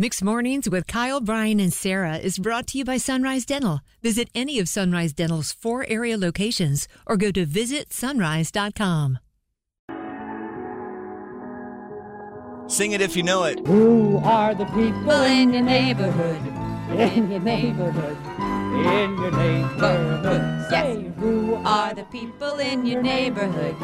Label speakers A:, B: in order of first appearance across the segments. A: Mixed Mornings with Kyle, Brian, and Sarah is brought to you by Sunrise Dental. Visit any of Sunrise Dental's four area locations or go to visitsunrise.com.
B: Sing it if you know it.
C: Who are the people
D: people in your neighborhood.
C: in your neighborhood? In your neighborhood.
D: Yes.
C: Say who
D: Are the people in your neighborhood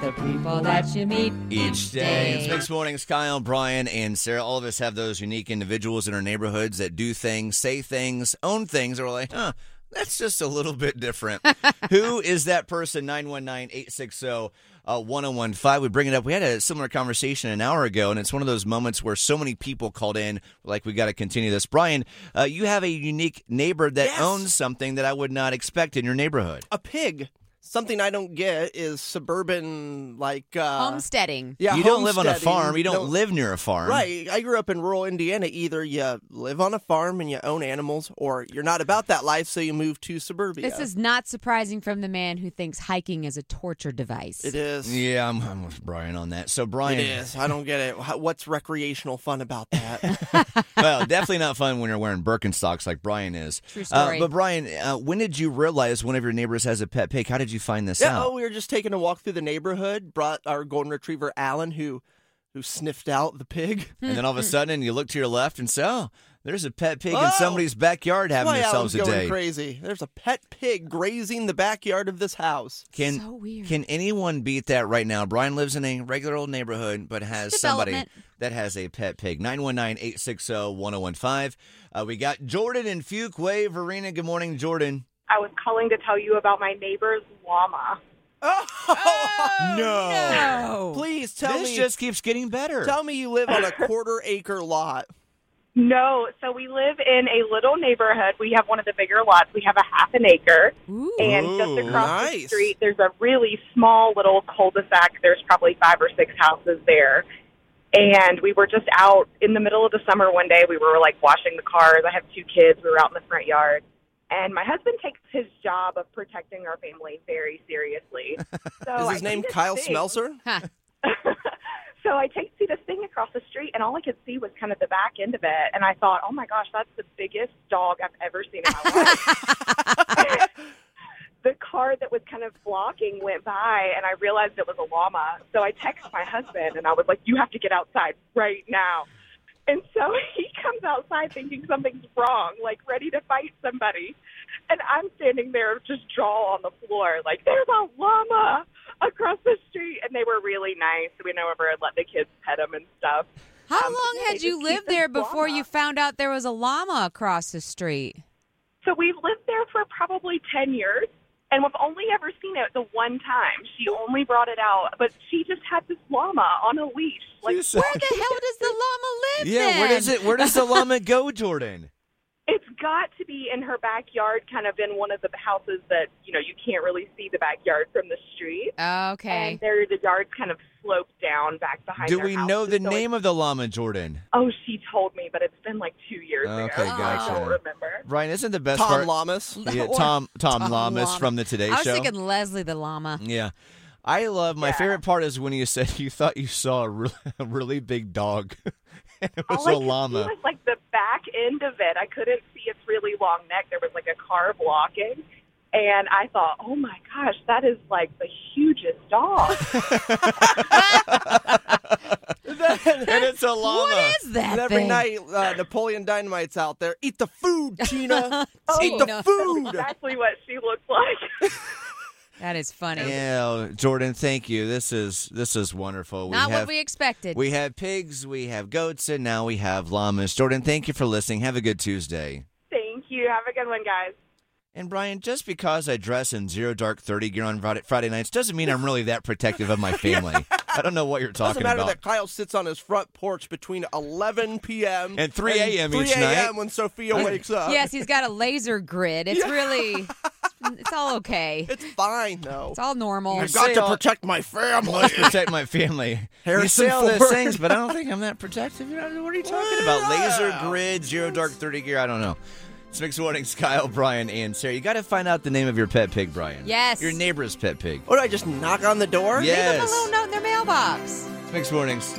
D: the people that you meet
B: Each day. It's Mixed Mornings. Kyle, Brian, and Sarah. All of us have those unique individuals in our neighborhoods that do things, say things, own things, that we're like, huh, that's just a little bit different. Who is that person? 919 860 1015. We bring it up. We had a similar conversation an hour ago, and it's one of those moments where so many people called in, like, we got to continue this. Brian, uh, you have a unique neighbor that
E: Yes.
B: owns something that I would not expect in your neighborhood.
E: a pig. Something I don't get is suburban, like uh,
F: homesteading.
E: Yeah,
B: you don't live on a
E: homesteading.
B: farm, you don't
E: No-
B: live near a farm.
E: Right. I grew up in rural Indiana. Either you live on a farm and you own animals, or you're not about that life, so you move to suburbia.
F: This is not surprising from the man who thinks hiking is a torture device.
E: It is.
B: Yeah, I'm, I'm with Brian on that. So
E: It
B: Brian,
E: is. I don't get it. Wh- What's recreational fun about that?
B: well, definitely not fun when you're wearing Birkenstocks like Brian is.
F: True story.
B: Uh, but Brian, uh, when did you realize one of your neighbors has a pet pig? How did you find this
E: yeah.
B: out?
E: Oh, we were just taking a walk through the neighborhood. Brought our golden retriever Alan, who who sniffed out the pig.
B: and then all of
F: Hmm.
B: a sudden, you look to your left and say, "Oh, there's a pet pig in
E: Whoa!
B: somebody's backyard having
E: Why Alan's
B: themselves a
E: going
B: day."
E: crazy? There's a pet pig grazing the backyard of this house.
B: Can
F: So weird.
B: can anyone beat that right now? Brian lives in a regular old neighborhood, but has somebody
F: Development.
B: that has a pet pig. oh, 919-860-1015. Uh, we got Jordan and Fuke Wave Arena. Good morning, Jordan.
G: I was calling to tell you about my neighbor's llama.
F: Oh, no.
E: Please tell
B: this
E: me.
B: just keeps getting better.
E: Tell me you live on a quarter acre lot.
G: No, so we live in a little neighborhood. We have one of the bigger lots. We have a half an acre.
F: Ooh.
G: And
B: Ooh,
G: just across the
E: nice.
G: street, there's a really small little cul de sac. There's probably five or six houses there. And we were just out in the middle of the summer one day. We were like washing the cars. I have two kids. We were out in the front yard. And my husband takes his job of protecting our family very seriously. So
F: Oh,
E: Is
G: I
E: his
G: see
E: name
G: this
E: Kyle
G: thing-
E: Smelser?
G: so I take see this thing across the street, and all I could see was kind of the back end of it. And I thought, oh my gosh, that's the biggest dog I've ever seen in my life. the car that was kind of blocking went by, and I realized it was a llama. So I text my husband, and I was like, you have to get outside right now. And so he comes outside thinking something's wrong, like ready to fight somebody. And I'm standing there just jaw on the floor, like, there's a llama across the street. And they were really nice. We never let the kids pet them and stuff.
F: How
G: Um,
F: long
G: yeah, they
F: had you
G: just keep
F: lived there
G: this
F: before
G: llama.
F: you found out there was a llama across the street?
G: So we've lived there for probably 10 years. And we've only ever seen it the one time. She only brought it out, but she just had this llama on a leash. Like,
B: Jesus.
F: Where the hell does the llama live?
B: Yeah, where does
F: then?
B: it? Where does the llama go, Jordan?
G: it's got to be in her backyard, kind of in one of the houses that, you know, you can't really see the backyard from the street.
F: Okay.
G: And their the yards kind of slope down back behind.
B: Do
G: their
B: we know
G: houses,
B: the
G: so it's-
B: name of the llama, Jordan?
G: Oh, she told me, but it's been like two years ago.
B: Okay,
G: so
B: gotcha.
G: I don't remember.
B: Brian, isn't the best
E: Tom
B: part?
E: Lamas.
B: Yeah,
F: Or
B: Tom Tom,
F: Tom
B: Lamas
F: Llama.
B: Um, from the Today
F: Um, I was
B: Show.
F: thinking Leslie the llama.
B: yeah, I love. My
G: Yeah.
B: favorite part is when you said you thought you saw a really, a really big dog. and it was
G: All Oh, I
B: a
G: could see
B: llama.
G: was like the back end of it. I couldn't see its really long neck. There was like a car blocking. And I thought, oh my gosh, that is like the hugest dog.
B: and it's a llama.
F: What is that
E: And every
F: thing?
E: night, uh, Napoleon Dynamite's out there. Eat the food, Tina. Eat the
F: Tina.
E: food.
G: exactly what she looked like.
F: That is funny.
B: Yeah, Jordan, thank you. This is this is wonderful.
F: Not
B: we have
F: what we expected.
B: we have pigs, we have goats, and now we have llamas. Jordan, thank you for listening. Have a good Tuesday.
G: Thank you. Have a good one, guys.
B: And Brian, just because I dress in zero dark thirty gear on Friday, Friday nights doesn't mean I'm really that protective of my family. I don't know what you're
E: Doesn't
B: talking
E: matter
B: about.
E: that Kyle sits on his front porch between 11 p.m.
B: And 3 a.m. each
E: 3 a.m.
B: night.
E: when Sophia wakes up.
F: yes, he's got a laser grid. It's really, it's all okay.
E: It's fine, though.
F: It's all normal.
B: I've
E: I've
B: got
E: got
B: say
E: to
B: to all-
E: protect my family.
B: protect my family. you
E: Harrison
B: say all those
E: Ford.
B: things, but I don't think I'm that protective. What are you talking about? Laser grid, zero dark thirty gear. I don't know. It's mixed warnings. Kyle, Brian, and Sarah. You got to find out the name of your pet pig, Brian.
F: Yes.
B: Your neighbor's pet pig.
E: What, do I just knock on the door?
B: yes.
F: Leave them alone out in their mailbox.
B: Mixed warnings.